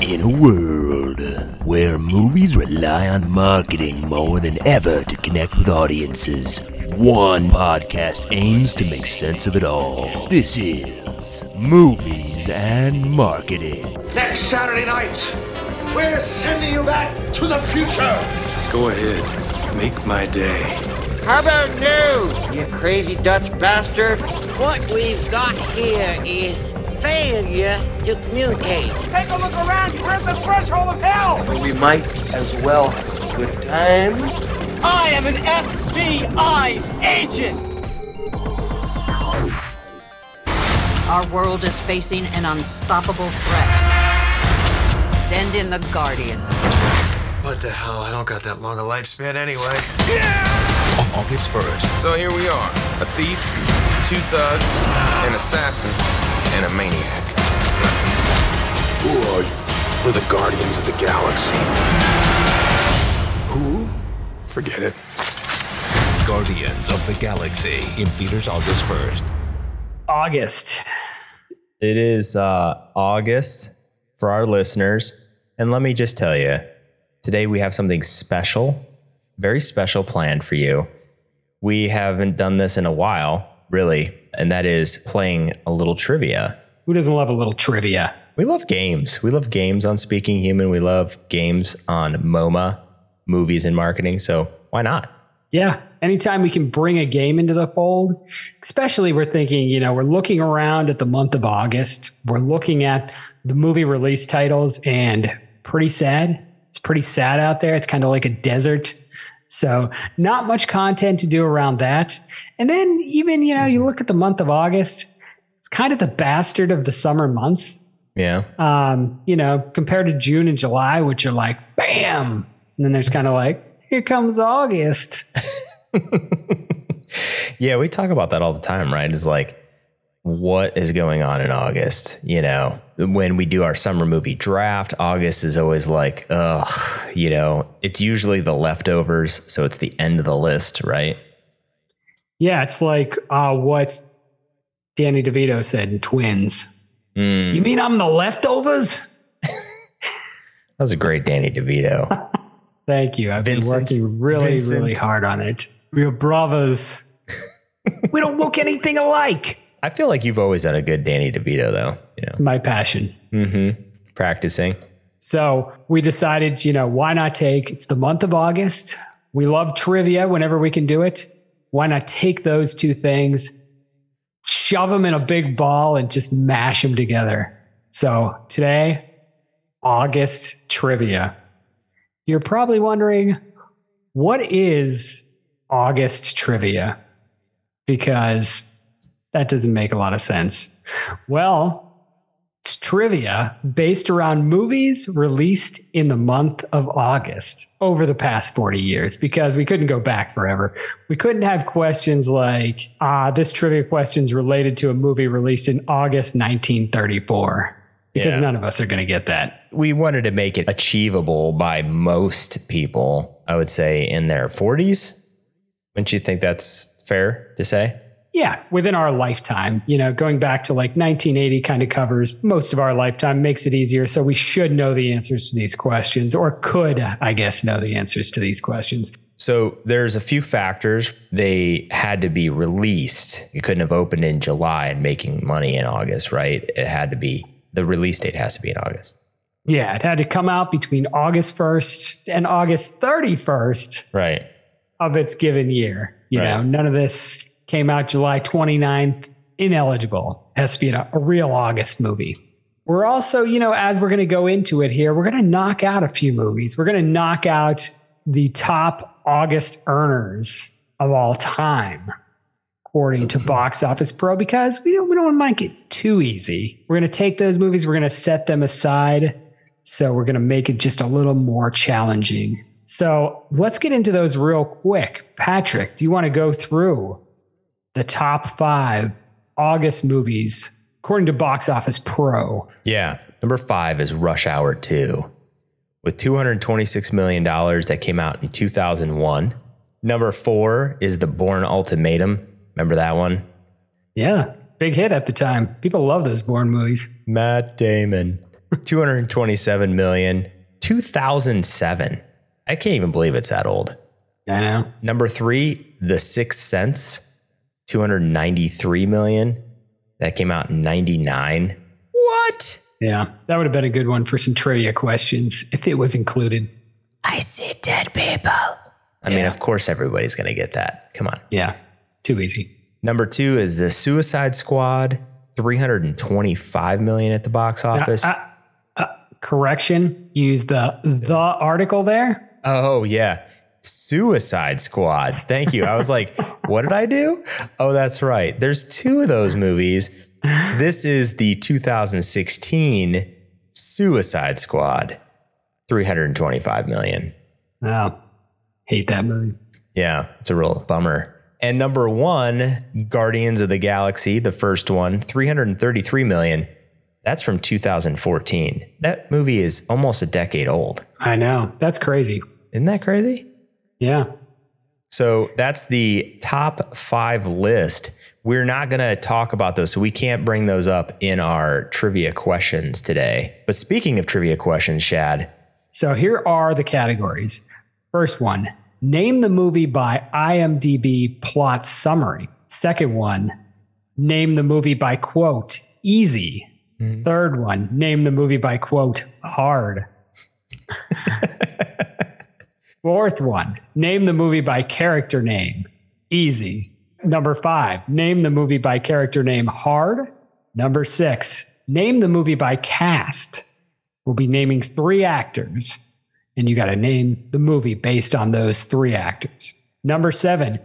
In a world where movies rely on marketing more than ever to connect with audiences, one podcast aims to make sense of it all. This is Movies and Marketing. Next Saturday night, we're sending you back to the future. Go ahead, make my day. How about you, you crazy Dutch bastard? What we've got here is failure to communicate. Take a look around, we're at the threshold of hell! But we might as well have a good time. I am an FBI agent! Our world is facing an unstoppable threat. Send in the Guardians. What the hell? I don't got that long a lifespan anyway. Yeah! August 1st. So here we are a thief, two thugs, an assassin, and a maniac. Who are you? We're the Guardians of the Galaxy. Who? Forget it. Guardians of the Galaxy in theaters August 1st. August. It is uh, August for our listeners. And let me just tell you today we have something special, very special planned for you. We haven't done this in a while, really, and that is playing a little trivia. Who doesn't love a little trivia? We love games. We love games on Speaking Human. We love games on MoMA, movies and marketing. So why not? Yeah. Anytime we can bring a game into the fold, especially we're thinking, you know, we're looking around at the month of August, we're looking at the movie release titles, and pretty sad. It's pretty sad out there. It's kind of like a desert. So, not much content to do around that. And then, even, you know, you look at the month of August, it's kind of the bastard of the summer months. Yeah. Um, you know, compared to June and July, which are like, bam. And then there's kind of like, here comes August. yeah, we talk about that all the time, right? It's like, what is going on in August? You know, when we do our summer movie draft, August is always like, ugh, you know, it's usually the leftovers. So it's the end of the list, right? Yeah, it's like uh, what Danny DeVito said in Twins. Hmm. Mm. You mean I'm the leftovers? that was a great Danny DeVito. Thank you. I've Vincent. been working really, Vincent. really hard on it. We are bravos. we don't look anything alike. I feel like you've always done a good Danny DeVito, though. You know. It's my passion. Mm-hmm. Practicing. So we decided, you know, why not take? It's the month of August. We love trivia whenever we can do it. Why not take those two things, shove them in a big ball, and just mash them together? So today, August trivia you're probably wondering what is August trivia? Because that doesn't make a lot of sense. Well, it's trivia based around movies released in the month of August over the past 40 years because we couldn't go back forever. We couldn't have questions like, ah, this trivia question is related to a movie released in August 1934 because yeah. none of us are going to get that. We wanted to make it achievable by most people, I would say, in their 40s. Wouldn't you think that's fair to say? Yeah, within our lifetime, you know, going back to like 1980 kind of covers most of our lifetime, makes it easier. So we should know the answers to these questions, or could, I guess, know the answers to these questions. So there's a few factors. They had to be released. It couldn't have opened in July and making money in August, right? It had to be the release date has to be in August. Yeah, it had to come out between August 1st and August 31st. Right. Of its given year. You right. know, none of this came out July 29th. Ineligible. It has to be a, a real August movie. We're also, you know, as we're going to go into it here, we're going to knock out a few movies. We're going to knock out the top August earners of all time. according to Box Office Pro because we don't we don't want to make it too easy. We're going to take those movies, we're going to set them aside, so we're going to make it just a little more challenging. So let's get into those real quick. Patrick, do you want to go through the top five August movies according to Box Office Pro? Yeah. Number five is Rush Hour 2 with $226 million that came out in 2001. Number four is The Born Ultimatum. Remember that one? Yeah. Big hit at the time. People love those Born movies. Matt Damon, 227 million, 2007. I can't even believe it's that old. I know. Number three, The Sixth Sense, 293 million. That came out in 99. What? Yeah, that would have been a good one for some trivia questions if it was included. I see dead people. I mean, of course, everybody's going to get that. Come on. Yeah, too easy. Number two is The Suicide Squad, 325 million at the box office. Uh, uh, uh, correction, use the the article there. Oh, yeah. Suicide Squad. Thank you. I was like, what did I do? Oh, that's right. There's two of those movies. This is the 2016 Suicide Squad, 325 million. Wow. Hate that movie. Yeah, it's a real bummer. And number one, Guardians of the Galaxy, the first one, 333 million. That's from 2014. That movie is almost a decade old. I know. That's crazy. Isn't that crazy? Yeah. So that's the top five list. We're not going to talk about those. So we can't bring those up in our trivia questions today. But speaking of trivia questions, Shad. So here are the categories. First one, name the movie by IMDb plot summary. Second one, name the movie by quote, easy. Mm-hmm. Third one, name the movie by quote, hard. Fourth one, name the movie by character name, easy. Number five, name the movie by character name, hard. Number six, name the movie by cast. We'll be naming three actors and you got to name the movie based on those three actors. Number seven,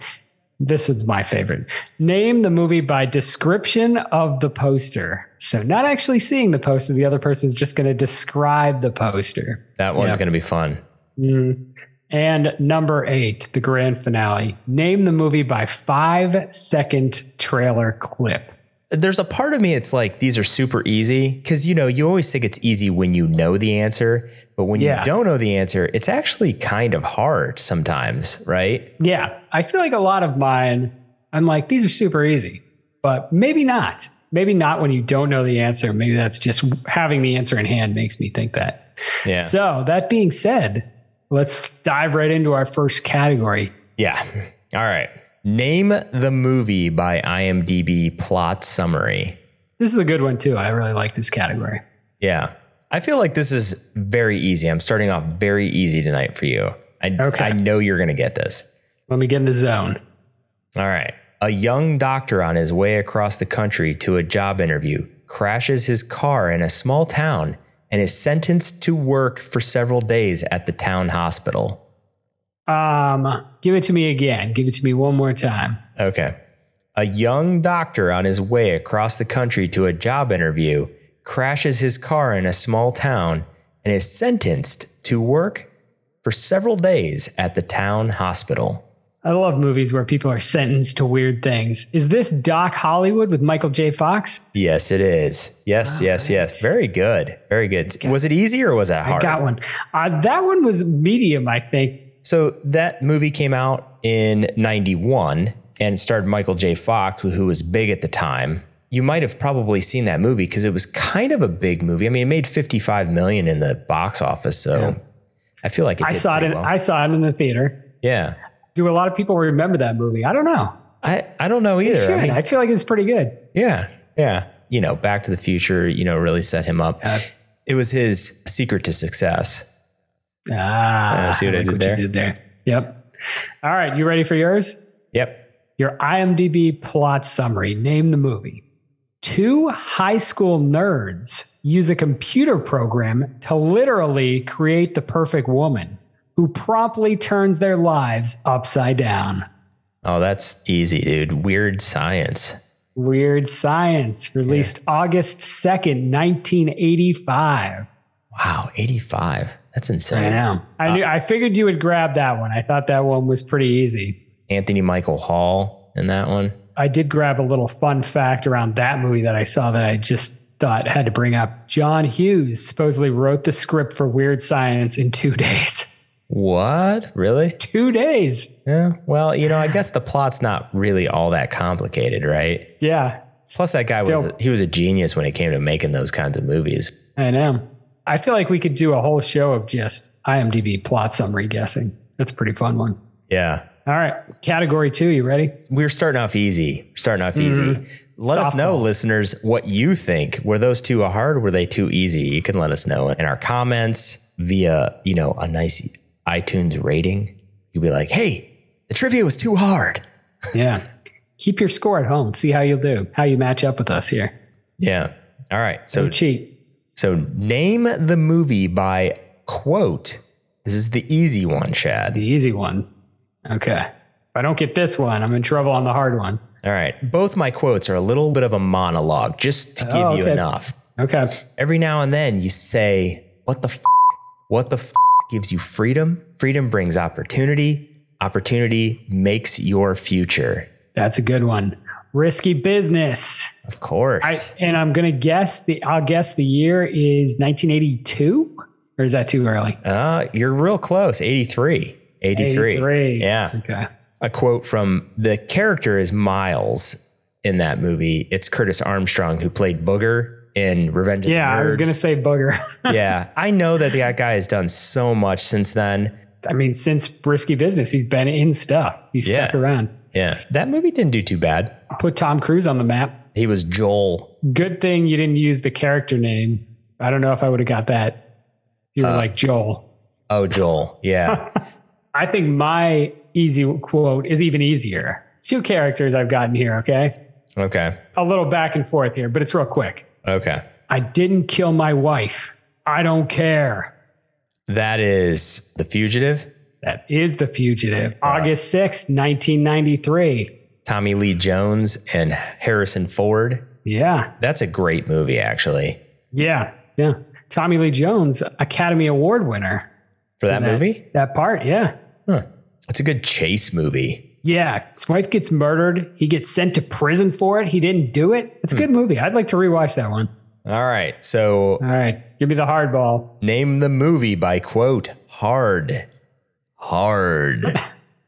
this is my favorite. Name the movie by description of the poster. So, not actually seeing the poster, the other person's just going to describe the poster. That one's yeah. going to be fun. Mm. And number eight, the grand finale. Name the movie by five second trailer clip. There's a part of me, it's like these are super easy because, you know, you always think it's easy when you know the answer. But when yeah. you don't know the answer, it's actually kind of hard sometimes, right? Yeah. I feel like a lot of mine, I'm like, these are super easy, but maybe not. Maybe not when you don't know the answer. Maybe that's just having the answer in hand makes me think that. Yeah. So, that being said, let's dive right into our first category. Yeah. All right. Name the movie by IMDb plot summary. This is a good one, too. I really like this category. Yeah. I feel like this is very easy. I'm starting off very easy tonight for you. I, okay. I know you're going to get this. Let me get in the zone. All right. A young doctor on his way across the country to a job interview crashes his car in a small town and is sentenced to work for several days at the town hospital. Um, give it to me again. Give it to me one more time. Okay. A young doctor on his way across the country to a job interview crashes his car in a small town and is sentenced to work for several days at the town hospital. I love movies where people are sentenced to weird things. Is this Doc Hollywood with Michael J. Fox? Yes, it is. Yes, All yes, right. yes. Very good. Very good. Okay. Was it easy or was that hard? I got one. Uh, that one was medium, I think. So that movie came out in 91 and it starred Michael J. Fox, who was big at the time you might have probably seen that movie because it was kind of a big movie. I mean, it made 55 million in the box office, so yeah. I feel like I saw it. In, well. I saw it in the theater. Yeah. Do a lot of people remember that movie? I don't know. I, I don't know either. I, mean, I feel like it's pretty good. Yeah. Yeah. You know, Back to the Future, you know, really set him up. Yeah. It was his secret to success. Ah, uh, see what I, I did what there? did there. Yep. All right. You ready for yours? Yep. Your IMDb plot summary. Name the movie two high school nerds use a computer program to literally create the perfect woman who promptly turns their lives upside down. Oh, that's easy, dude. Weird Science. Weird Science, released August 2nd, 1985. Wow, 85. That's insane. I know. I, knew, I figured you would grab that one. I thought that one was pretty easy. Anthony Michael Hall in that one. I did grab a little fun fact around that movie that I saw that I just thought had to bring up. John Hughes supposedly wrote the script for Weird Science in two days. What? Really? Two days. Yeah. Well, you know, I guess the plot's not really all that complicated, right? Yeah. Plus, that guy Still- was he was a genius when it came to making those kinds of movies. I know. I feel like we could do a whole show of just IMDb plot summary guessing. That's a pretty fun one. Yeah. All right. Category two, you ready? We're starting off easy. We're starting off easy. Let us know, listeners, what you think. Were those two hard? Were they too easy? You can let us know in our comments via, you know, a nice iTunes rating. You'd be like, hey, the trivia was too hard. Yeah. Keep your score at home. See how you'll do, how you match up with us here. Yeah. All right. So Don't cheat. So name the movie by quote. This is the easy one, Chad. The easy one. Okay. If I don't get this one, I'm in trouble on the hard one. All right. Both my quotes are a little bit of a monologue, just to give Oh, you okay. enough. Okay. Every now and then you say, What the f? What the f gives you freedom? Freedom brings opportunity. Opportunity makes your future. That's a good one. Risky business. Of course. I, and I'm gonna guess the I'll guess the year is 1982, or is that too early? Uh, you're real close. 83. 83. 83. Yeah. Okay. A quote from the character is Miles in that movie. It's Curtis Armstrong who played Booger in Revenge of Yeah, the Nerds. I was gonna say booger. yeah. I know that that guy has done so much since then. I mean, since risky business, he's been in stuff. He's Yeah. stuck around. Yeah. That movie didn't do too bad. Put Tom Cruise on the map. He was Joel. Good thing you didn't use the character name. I don't know if I would have got that. You Uh. were like Joel. Oh, Joel. Yeah. I think my easy quote is even easier. Two characters I've gotten here, okay? okay. A little back and forth here, but it's real quick. Okay. I didn't kill my wife. I don't care. That is The Fugitive. That is the fugitive. August sixth, nineteen 1993. Tommy Lee Jones and Harrison Ford. Yeah. That's a great movie, actually. Yeah. Yeah. Tommy Lee Jones, Academy Award winner. For that And movie? That part, yeah. Huh. It's a good chase movie. Yeah. His wife gets murdered. He gets sent to prison for it. He didn't do it. It's a Hmm. good movie. I'd like to rewatch that one. All right. So All right. Give me the hardball. name the movie by quote hard. Hard.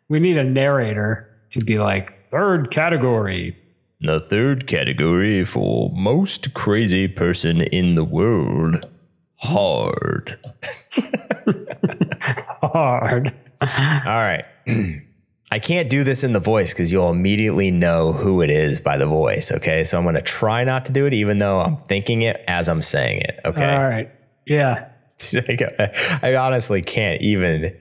We need a narrator to be like, third category. The third category for most crazy person in the world hard. Hard. All right. I can't do this in the voice because you'll immediately know who it is by the voice. Okay. So I'm going to try not to do it, even though I'm thinking it as I'm saying it. Okay. All right. Yeah. I honestly can't even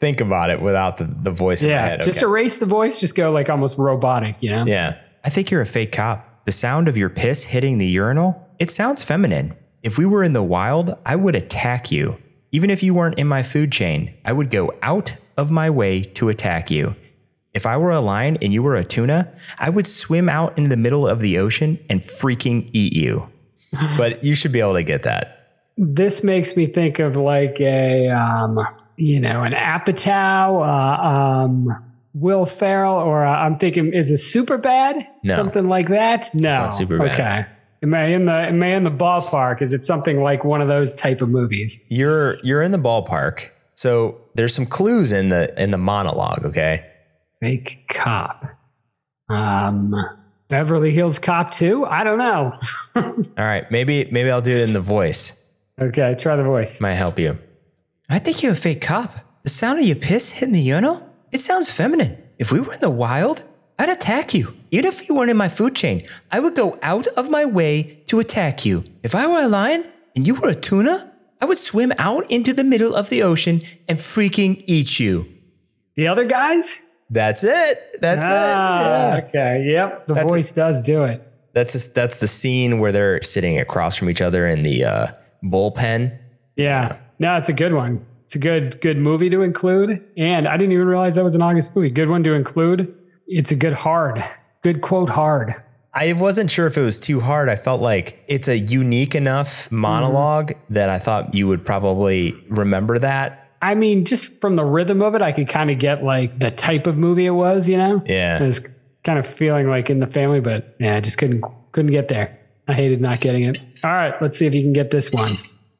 think about it without the, the voice in my Yeah. head. Just okay. erase the voice. Just go like almost robotic, you know? Yeah. I think you're a fake cop. The sound of your piss hitting the urinal, it sounds feminine. If we were in the wild, I would attack you. Even if you weren't in my food chain, I would go out of my way to attack you. If I were a lion and you were a tuna, I would swim out into the middle of the ocean and freaking eat you. But you should be able to get that. This makes me think of like a, um, you know, an Apatow, uh, um, Will Ferrell, or uh, I'm thinking, is it super bad? No. Something like that? No. not Superbad. Okay. Am I in the am I in the ballpark? Is it something like one of those type of movies? You're you're in the ballpark. So there's some clues in the in the monologue, okay? Fake cop. Um, Beverly Hills Cop 2? I don't know. All right, maybe maybe I'll do it in the voice. Okay, try the voice. Might help you. I think you're a fake cop. The sound of your piss hitting the urinal? It sounds feminine. If we were in the wild, I'd attack you. Even if you weren't in my food chain, I would go out of my way to attack you. If I were a lion and you were a tuna, I would swim out into the middle of the ocean and freaking eat you. The other guys? That's it. That's Ah, Okay. Yep. The That's voice does do it. That's that's the scene where they're sitting across from each other in the uh, bullpen. Yeah. No, it's a good one. It's a good good movie to include. And I didn't even realize that was an August movie. Good one to include. It's a good hard. Good quote hard. I wasn't sure if it was too hard. I felt like it's a unique enough monologue that I thought you would probably remember that. I mean, just from the rhythm of it, I could kind of get like the type of movie it was, you know? Yeah. I was kind of feeling like in the family, but yeah, I just couldn't couldn't get there. I hated not getting it. All right, let's see if you can get this one.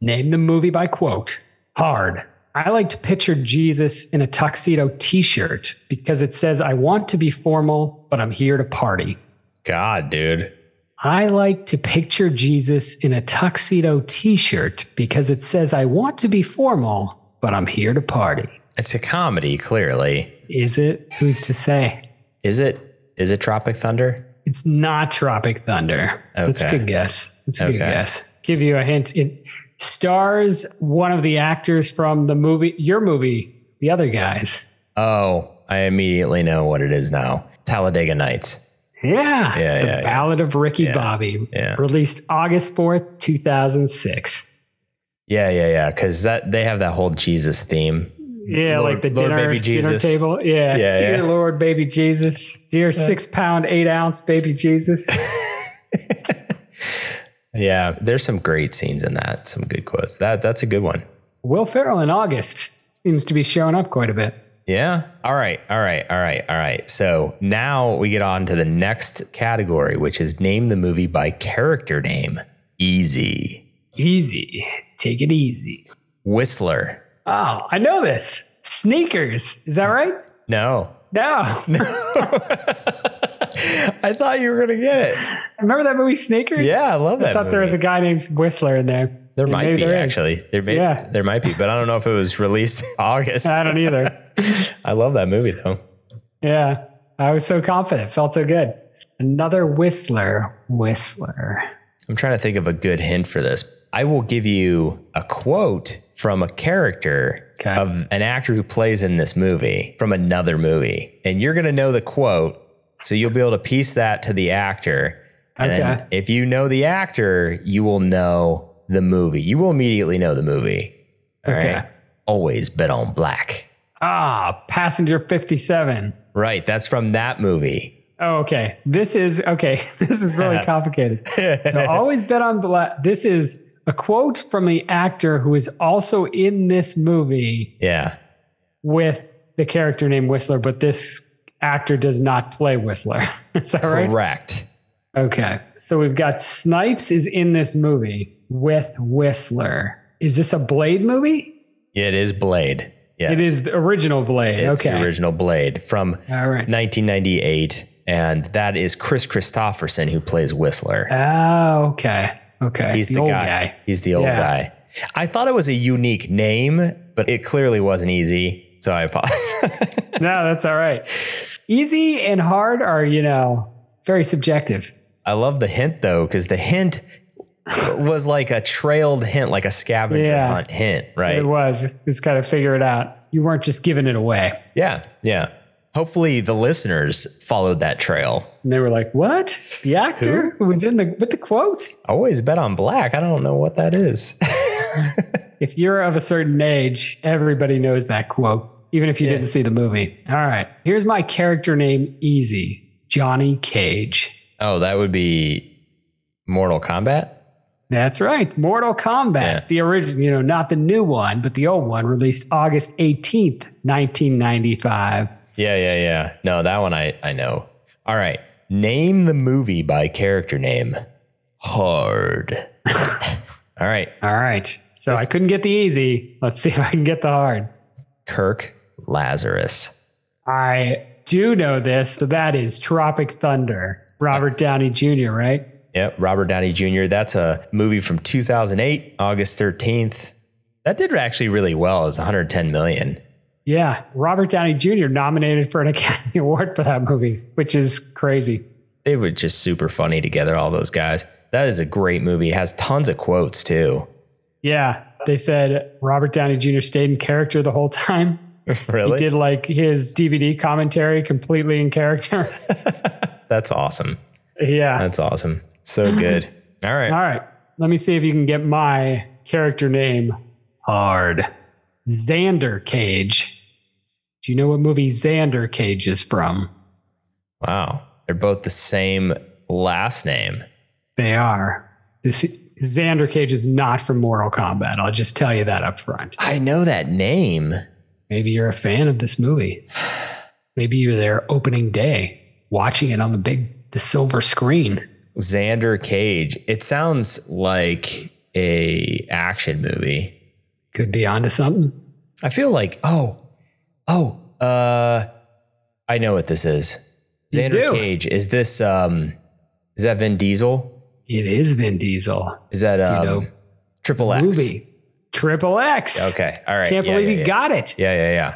Name the movie by quote. Hard. I like to picture Jesus in a tuxedo t-shirt because it says I want to be formal, but I'm here to party. God, dude. I like to picture Jesus in a tuxedo t shirt because it says, I want to be formal, but I'm here to party. It's a comedy, clearly. Is it? Who's to say? Is it? Is it Tropic Thunder? It's not Tropic Thunder. That's a Okay. good guess. That's a good Okay. guess. Give you a hint. It stars one of the actors from the movie, your movie, The Other Guys. Oh, I immediately know what it is now. Talladega Nights. Yeah. Yeah, the yeah, yeah. Ballad of Ricky Bobby, yeah. released August 4th, 2006. Yeah, yeah, yeah. Because that they have that whole Jesus theme. Yeah, Lord- like the Lord dinner, baby dinner Jesus. table. Yeah. Yeah, Dear yeah. Lord, baby Jesus. Dear six pound, eight ounce baby Jesus. Yeah, there's some great scenes in that. Some good quotes. That that's a good one. Will Ferrell in August seems to be showing up quite a bit. Yeah. All right. All right. All right. All right. So now we get on to the next category, which is name the movie by character name. Easy. Easy. Take it easy. Whistler. Oh, I know this. Sneakers. Is that right? No. No. I thought you were going to get it. Remember that movie Sneakers? Yeah, I love I that thought there movie. was a guy named Whistler in there. There And might maybe be there is. actually. There may Yeah. there might be, but I don't know if it was released August. I don't either. I love that movie though. Yeah. I was so confident. Felt so good. Another Whistler. Whistler. I'm trying to think of a good hint for this. I will give you a quote from a character of an actor who plays in this movie from another movie, and you're going to know the quote, so you'll be able to piece that to the actor. And then Okay. if you know the actor, you will know the movie. You will immediately know the movie. All right. Okay. Always bet on black. Ah, Passenger 57. Right. That's from that movie. Oh, okay. This is okay. This is really complicated. so always bet on black. This is a quote from the actor who is also in this movie Yeah. with the character named Whistler, but this actor does not play Whistler. Is that right? Correct. Okay. So we've got Snipes is in this movie with Whistler. Is this a Blade movie? It is Blade. Yes. It is the original Blade. It's okay. the original Blade from All right. 1998, and that is Chris Christopherson who plays Whistler. Oh, okay. Okay. He's the, old guy. He's the old Yeah. guy. I thought it was a unique name, but it clearly wasn't easy. So I apologize. no, that's all right. Easy and hard are, you know, very subjective. I love the hint though, because the hint was like a trailed hint, like a scavenger Yeah. hunt hint, right? It was. It's kind of figure it out. You weren't just giving it away. Yeah, yeah. Hopefully the listeners followed that trail. And they were like, what? The actor who was in the with the quote? Always bet on black. I don't know what that is. If you're of a certain age, everybody knows that quote, even if you didn't see the movie. All right. Here's my character name easy. Johnny Cage. oh, that would be Mortal Kombat. That's right. Mortal Kombat, the original, you know, not the new one, but the old one, released August 18th, 1995. Yeah, yeah, yeah. No, that one I I know. All right. Name the movie by character name. Hard. All right. All right. So I couldn't get the easy. Let's see if I can get the hard. Kirk Lazarus. I do know this. So that is Tropic Thunder, Robert Downey Jr., right? Yep, Robert Downey Jr. That's a movie from 2008, August 13th. That did actually really well. It's 110 million. Yeah. Robert Downey Jr. nominated for an Academy Award for that movie, which is crazy. They were just super funny together, all those guys. That is a great movie. It has tons of quotes too. Yeah. They said Robert Downey Jr. stayed in character the whole time. really? He did like his DVD commentary completely in character. That's awesome. yeah. That's awesome. So good. All right. All right. Let me see if you can get my character name hard. Xander Cage. Do you know what movie Xander Cage is from? Wow. They're both the same last name. They are. This Xander Cage is not from Mortal Kombat. I'll just tell you that up front. I know that name. Maybe you're a fan of this movie. Maybe you're there opening day, watching it on the big, the silver screen. Xander Cage. It sounds like a action movie. Could be onto something. I feel like oh, oh, uh, I know what this is. You Xander do. Cage. Is this um, is that Vin Diesel? It is Vin Diesel. Is that you um, know, Triple X? Movie. Triple X. Okay, all right. Can't Yeah, believe yeah, you yeah. got it. Yeah, yeah, yeah.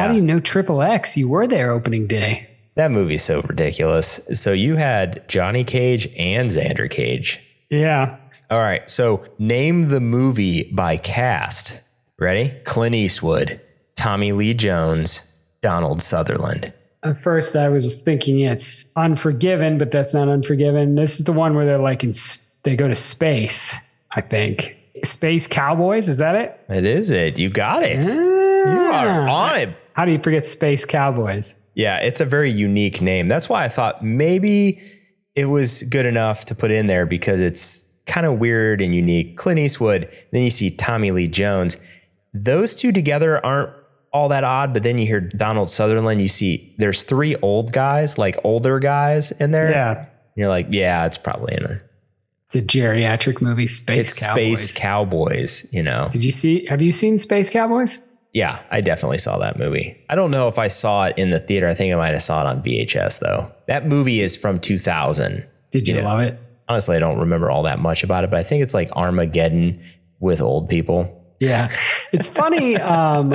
How do you know Triple X? You were there opening day. That movie's so ridiculous. So you had Johnny Cage and Xander Cage. Yeah. All right. So name the movie by cast. Ready? Clint Eastwood, Tommy Lee Jones, Donald Sutherland. At first, I was thinking it's Unforgiven, but that's not Unforgiven. This is the one where they're like in s- they go to space. I think Space Cowboys. Is that it? That is it. You got it. You Mm. are on it. How do you forget Space Cowboys? Yeah, it's a very unique name. That's why I thought maybe it was good enough to put in there because it's kind of weird and unique. Clint Eastwood, then you see Tommy Lee Jones. Those two together aren't all that odd, but then you hear Donald Sutherland, you see there's three old guys, like older guys in there. Yeah. You're like, yeah, it's probably in a It's a geriatric movie. Space it's Cowboys. Space Cowboys, you know. Did you see? Have you seen Space Cowboys? Yeah, I definitely saw that movie. I don't know if I saw it in the theater. I think I might have saw it on VHS though. That movie is from 2000. Did you Yeah. love it? Honestly, I don't remember all that much about it, but I think it's like Armageddon with old people. Yeah. It's funny. Um,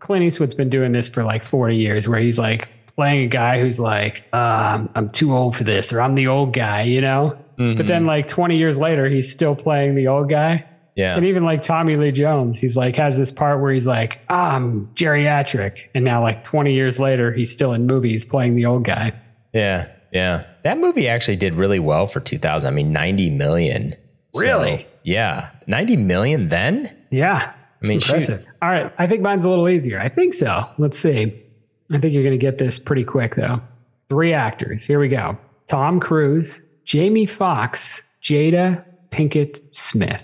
Clint Eastwood's been doing this for like 40 years where he's like playing a guy who's like, uh, I'm, I'm too old for this or I'm the old guy, you know? But then like 20 years later, he's still playing the old guy. Yeah. And even like Tommy Lee Jones, he's like, has this part where he's like, ah, I'm geriatric. And now like 20 years later, he's still in movies playing the old guy. Yeah. Yeah. That movie actually did really well for 2000. I mean, 90 million. So, Really? yeah. 90 million then? Yeah. I mean, It's shoot. impressive. All right. I think mine's a little easier. I think so. Let's see. I think you're going to get this pretty quick, though. Three actors. Here we go Tom Cruise, Jamie Foxx, Jada Pinkett Smith.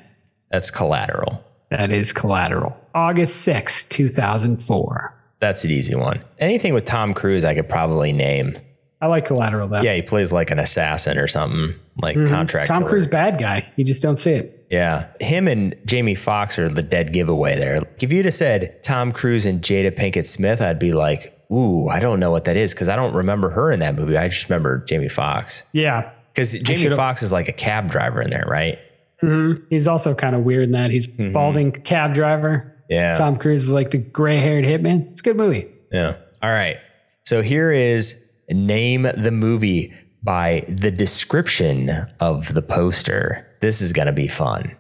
That's collateral. That is collateral. August sixth, two 2004. That's an easy one. Anything with Tom Cruise, I could probably name. I like collateral, though. Yeah, he plays like an assassin or something, like Mhm. contract. Tom killer. Cruise, bad guy. You just don't see it. Yeah. Him and Jamie Foxx are the dead giveaway there. If you'd have said Tom Cruise and Jada Pinkett Smith, I'd be like, ooh, I don't know what that is because I don't remember her in that movie. I just remember Jamie Foxx. Yeah. Because Jamie should've- Foxx is like a cab driver in there, right? Mhm. He's also kind of weird in that he's balding cab driver. Mm-hmm. Yeah. Tom Cruise is like the gray haired hitman. It's a good movie. Yeah. All right. So here is Name the Movie by the description of the poster. This is going to be fun.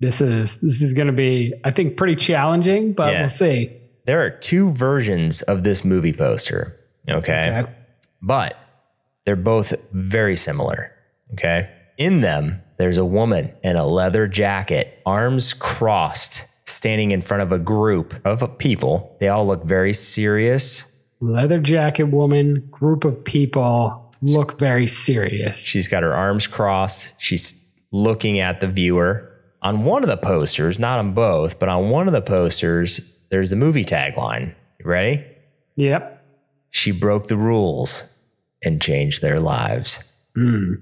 this is this is going to be i think pretty challenging but Yeah. we'll see There are two versions of this movie poster. Okay. But they're both very similar. Okay. In them, there's a woman in a leather jacket, arms crossed, standing in front of a group of people. They all look very serious. leather jacket woman group of people look very serious She's got her arms crossed. She's looking at the viewer. On one of the posters, not on both, but on one of the posters, there's the movie tagline. You ready? yep She broke the rules and changed their lives. Hmm.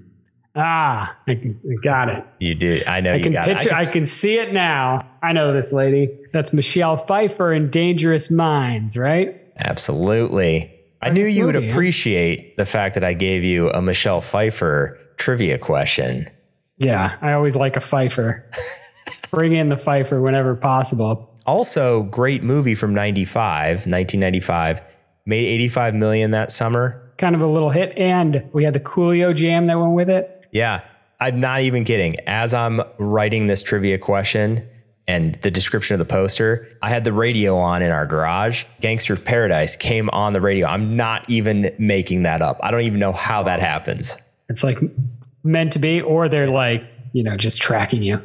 ah I, can- I got it You do. I know i you can got it. I picture can- I can, see it now i know this lady that's michelle pfeiffer in dangerous minds right Absolutely. I Like knew this you would movie, huh? appreciate the fact that I gave you a Michelle Pfeiffer trivia question. yeah i always like a pfeiffer bring in the pfeiffer whenever possible Also, great movie from 95, 1995, made 85 million that summer. kind of a little hit and we had the coolio jam that went with it Yeah, I'm not even kidding. As I'm writing this trivia question and the description of the poster, I had the radio on in our garage. Gangster Paradise came on the radio. I'm not even making that up. I don't even know how that happens. it's like meant to be, or they're like, you know, just tracking you.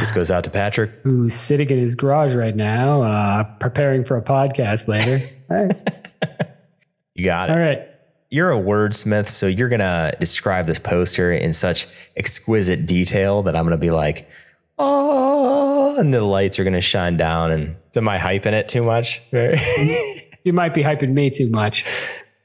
This goes out to Patrick. Who's sitting in his garage right now, uh, preparing for a podcast later. All right. You got it. All right. you're a wordsmith, so you're gonna describe this poster in such exquisite detail that I'm gonna be like, oh, and the lights are gonna shine down. And am I hyping it too much? you might be hyping me too much.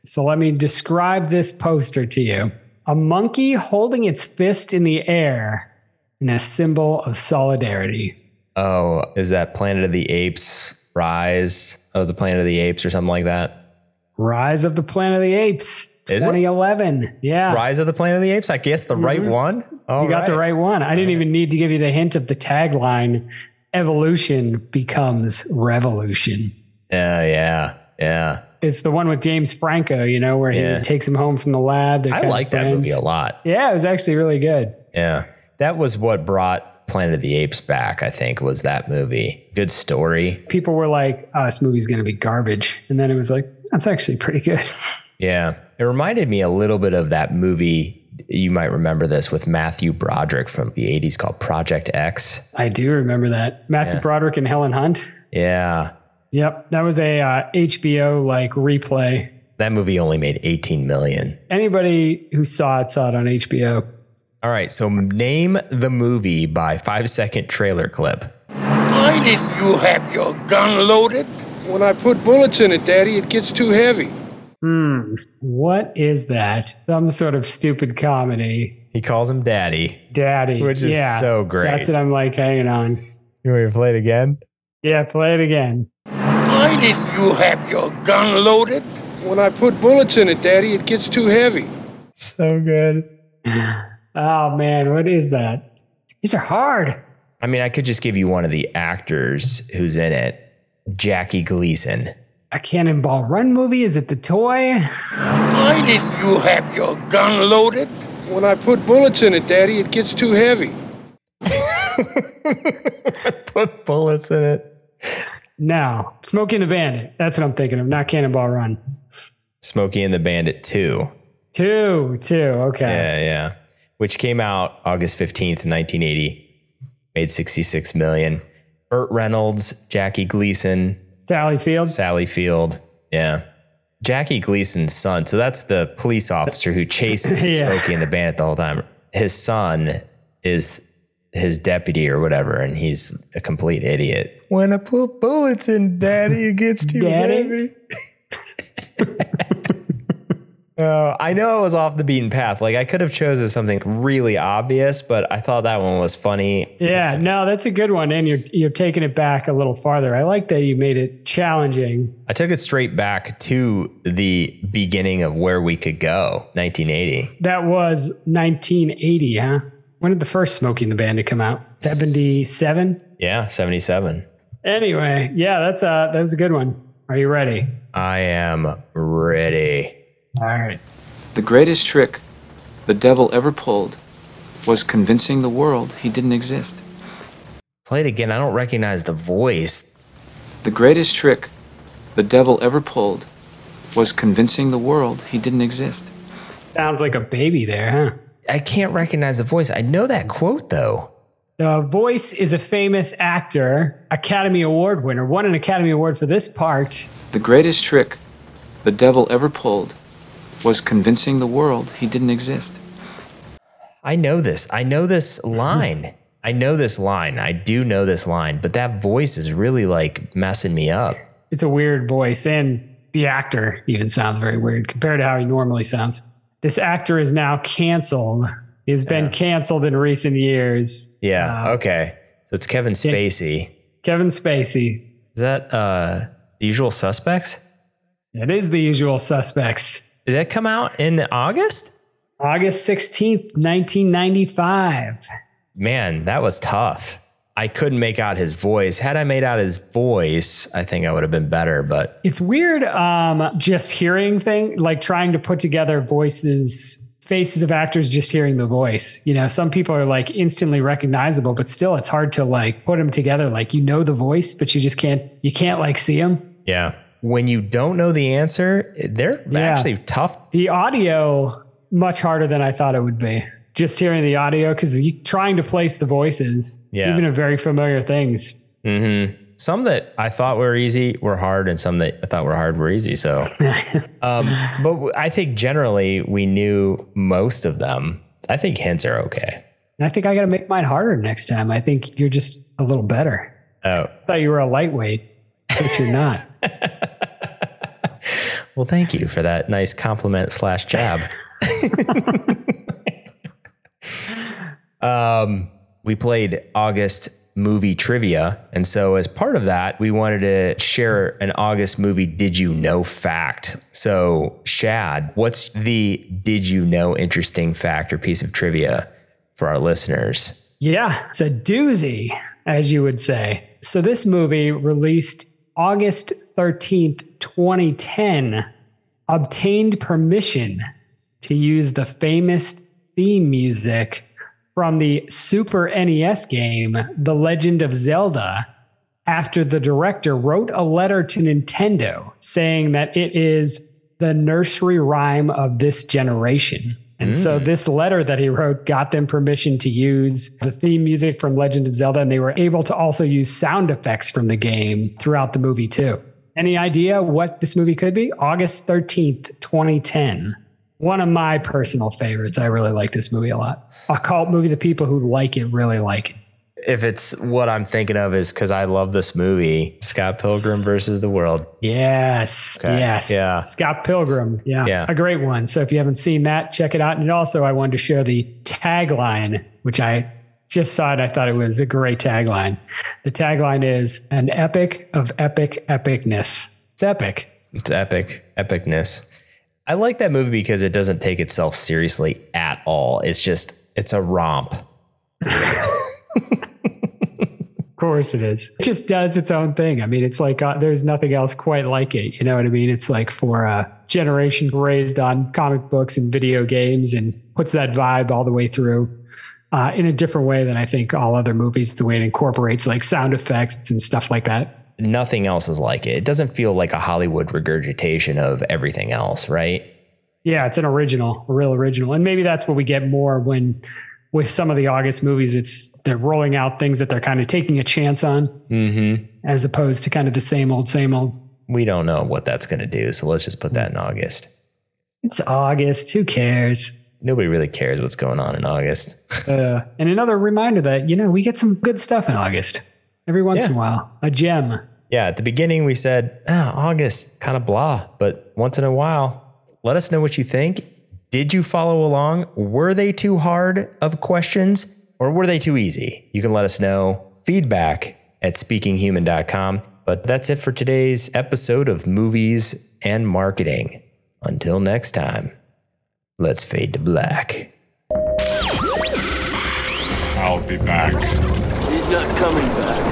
So let me describe this poster to you. A monkey holding its fist in the air in a symbol of solidarity. Oh, is that Planet of the Apes Rise of the Planet of the Apes or something like that? Rise of the Planet of the Apes. Is it? 2011. Yeah. Rise of the Planet of the Apes. I guess the right Mhm. one. you got the right one. I didn't even need to give you the hint of the tagline evolution becomes revolution. Yeah, yeah, yeah. It's the one with James Franco, you know, where he Yeah. takes him home from the lab. They're I kind of like that movie friends. a lot. Yeah, it was actually really good. Yeah. That was what brought Planet of the Apes back, I think, was that movie. Good story. People were like, oh, this movie's going to be garbage. And then it was like, that's actually pretty good. Yeah. It reminded me a little bit of that movie. You might remember this with Matthew Broderick from the 80s called Project X. I do remember that. Matthew Yeah. Broderick and Helen Hunt. Yeah. Yep. That was a uh, HBO like replay. That movie only made 18 million. Anybody who saw it saw it on HBO. All right. So name the movie by five second trailer clip. Why didn't you have your gun loaded? When I put bullets in it, Daddy, it gets too heavy. Hmm. What is that? Some sort of stupid comedy. He calls him Daddy. Daddy. Which is Yeah. so great. That's what I'm like hanging on. You want me to play it again? Yeah, play it again. Why didn't you have your gun loaded? When I put bullets in it, Daddy, it gets too heavy. So good. Oh man, what is that? These are hard. I mean, I could just give you one of the actors who's in it Jackie Gleason. A cannonball run movie? Is it the toy? Why didn't you have your gun loaded? When I put bullets in it, Daddy, it gets too heavy. Put bullets in it. No. Smoking the Bandit. That's what I'm thinking of. Not Cannonball Run. Smokey and the Bandit 2. Two, two. Okay. Yeah, yeah. Which came out August 15th, 1980. Made 66 million. Burt Reynolds, Jackie Gleason, Sally Field. Sally Field. Yeah. Jackie Gleason's son. So that's the police officer who chases Yeah. Smokey and the Bandit the whole time. His son is his deputy or whatever, and he's a complete idiot. When I put bullets in daddy, it gets too Daddy? heavy. Uh, I know it was off the beaten path. Like I could have chosen something really obvious, but I thought that one was funny. Yeah, no, that's a good one. And you're you're taking it back a little farther. I like that you made it challenging. I took it straight back to the beginning of where we could go, 1980. That was 1980, huh? When did the first Smoking the Bandit come out? 77? Yeah, 77. Anyway, yeah, that's a that was a good one. Are you ready? I am ready. All right. The greatest trick the devil ever pulled was convincing the world he didn't exist. Play it again. I don't recognize the voice. The greatest trick the devil ever pulled was convincing the world he didn't exist. Sounds like a baby there, huh? I can't recognize the voice. I know that quote though. The voice is a famous actor, Academy Award winner, won an Academy Award for this part. The greatest trick the devil ever pulled was convincing the world he didn't exist. I know this. I know this line. I know this line. I do know this line, but that voice is really like messing me up. It's a weird voice, and the actor even sounds very weird compared to how he normally sounds. This actor is now canceled. He's been canceled in recent years. Uh, Yeah. okay. So it's Kevin Spacey. Kevin Spacey. Is that uh the usual suspects? It is the usual suspects. Did that come out in August? August 16th, 1995. Man, that was tough. I couldn't make out his voice. Had I made out his voice, I think I would have been better, but It's weird um, just hearing thing, like trying to put together voices, faces of actors just hearing the voice. You know, some people are like instantly recognizable, but still it's hard to like put them together. Like you know the voice, but you just can't, you can't like see them. yeah. When you don't know the answer, they're Yeah. actually tough. The audio, much harder than I thought it would be. Just hearing the audio, because trying to place the voices, Yeah. even of very familiar things. Mm-hmm. Some that I thought were easy were hard, and some that I thought were hard were easy. So, um, but w- I think generally we knew most of them. I think hints are okay. And I think I got to make mine harder next time. I think you're just a little better. Oh, I thought you were a lightweight, but you're not. Well, thank you for that nice compliment slash jab. um, we played August movie trivia. And so, as part of that, we wanted to share an August movie Did You Know fact. So, Shad, what's the Did You Know interesting fact or piece of trivia for our listeners? Yeah, it's a doozy, as you would say. So this movie released August 13th, 2010, obtained permission to use the famous theme music from the Super NES game, The Legend of Zelda, after the director wrote a letter to Nintendo saying that it is the nursery rhyme of this generation. And so Mm. this letter that he wrote got them permission to use the theme music from Legend of Zelda, and they were able to also use sound effects from the game throughout the movie, too. Any idea what this movie could be? August 13th, 2010. One of my personal favorites. I really like this movie a lot. A cult movie, the people who like it really like it. If it's what I'm thinking of, is because I love this movie, Scott Pilgrim versus the World. Yes. Okay. Yes. Yeah. Scott Pilgrim. Yeah. Yeah. A great one. So if you haven't seen that, check it out. And also, I wanted to share the tagline, which I just saw it. I thought it was a great tagline. The tagline is an epic of epic epicness. It's epic. It's epic, epicness. I like that movie because it doesn't take itself seriously at all. It's just it's a romp. Of course it is. It just does its own thing. I mean, it's like uh, there's nothing else quite like it. You know what I mean? It's like for a generation raised on comic books and video games and puts that vibe all the way through uh, in a different way than I think all other movies, the way it incorporates like sound effects and stuff like that. Nothing else is like it. It doesn't feel like a Hollywood regurgitation of everything else, right? Yeah, it's an original, a real original. And maybe that's what we get more when with some of the August movies, it's they're rolling out things that they're kind of taking a chance on Mm-hmm. as opposed to kind of the same old, same old. We don't know what that's going to do, so let's just put that in August. It's August. Who cares? Nobody really cares what's going on in August. uh, and another reminder that you know we get some good stuff in August every once in a while, a gem. Yeah, at the beginning we said, ah, August, kind of blah, but once in a while, let us know what you think. Did you follow along? Were they too hard of questions or were they too easy? You can let us know. Feedback at speakinghuman.com. But that's it for today's episode of Movies and Marketing. Until next time, let's fade to black. I'll be back. He's not coming back.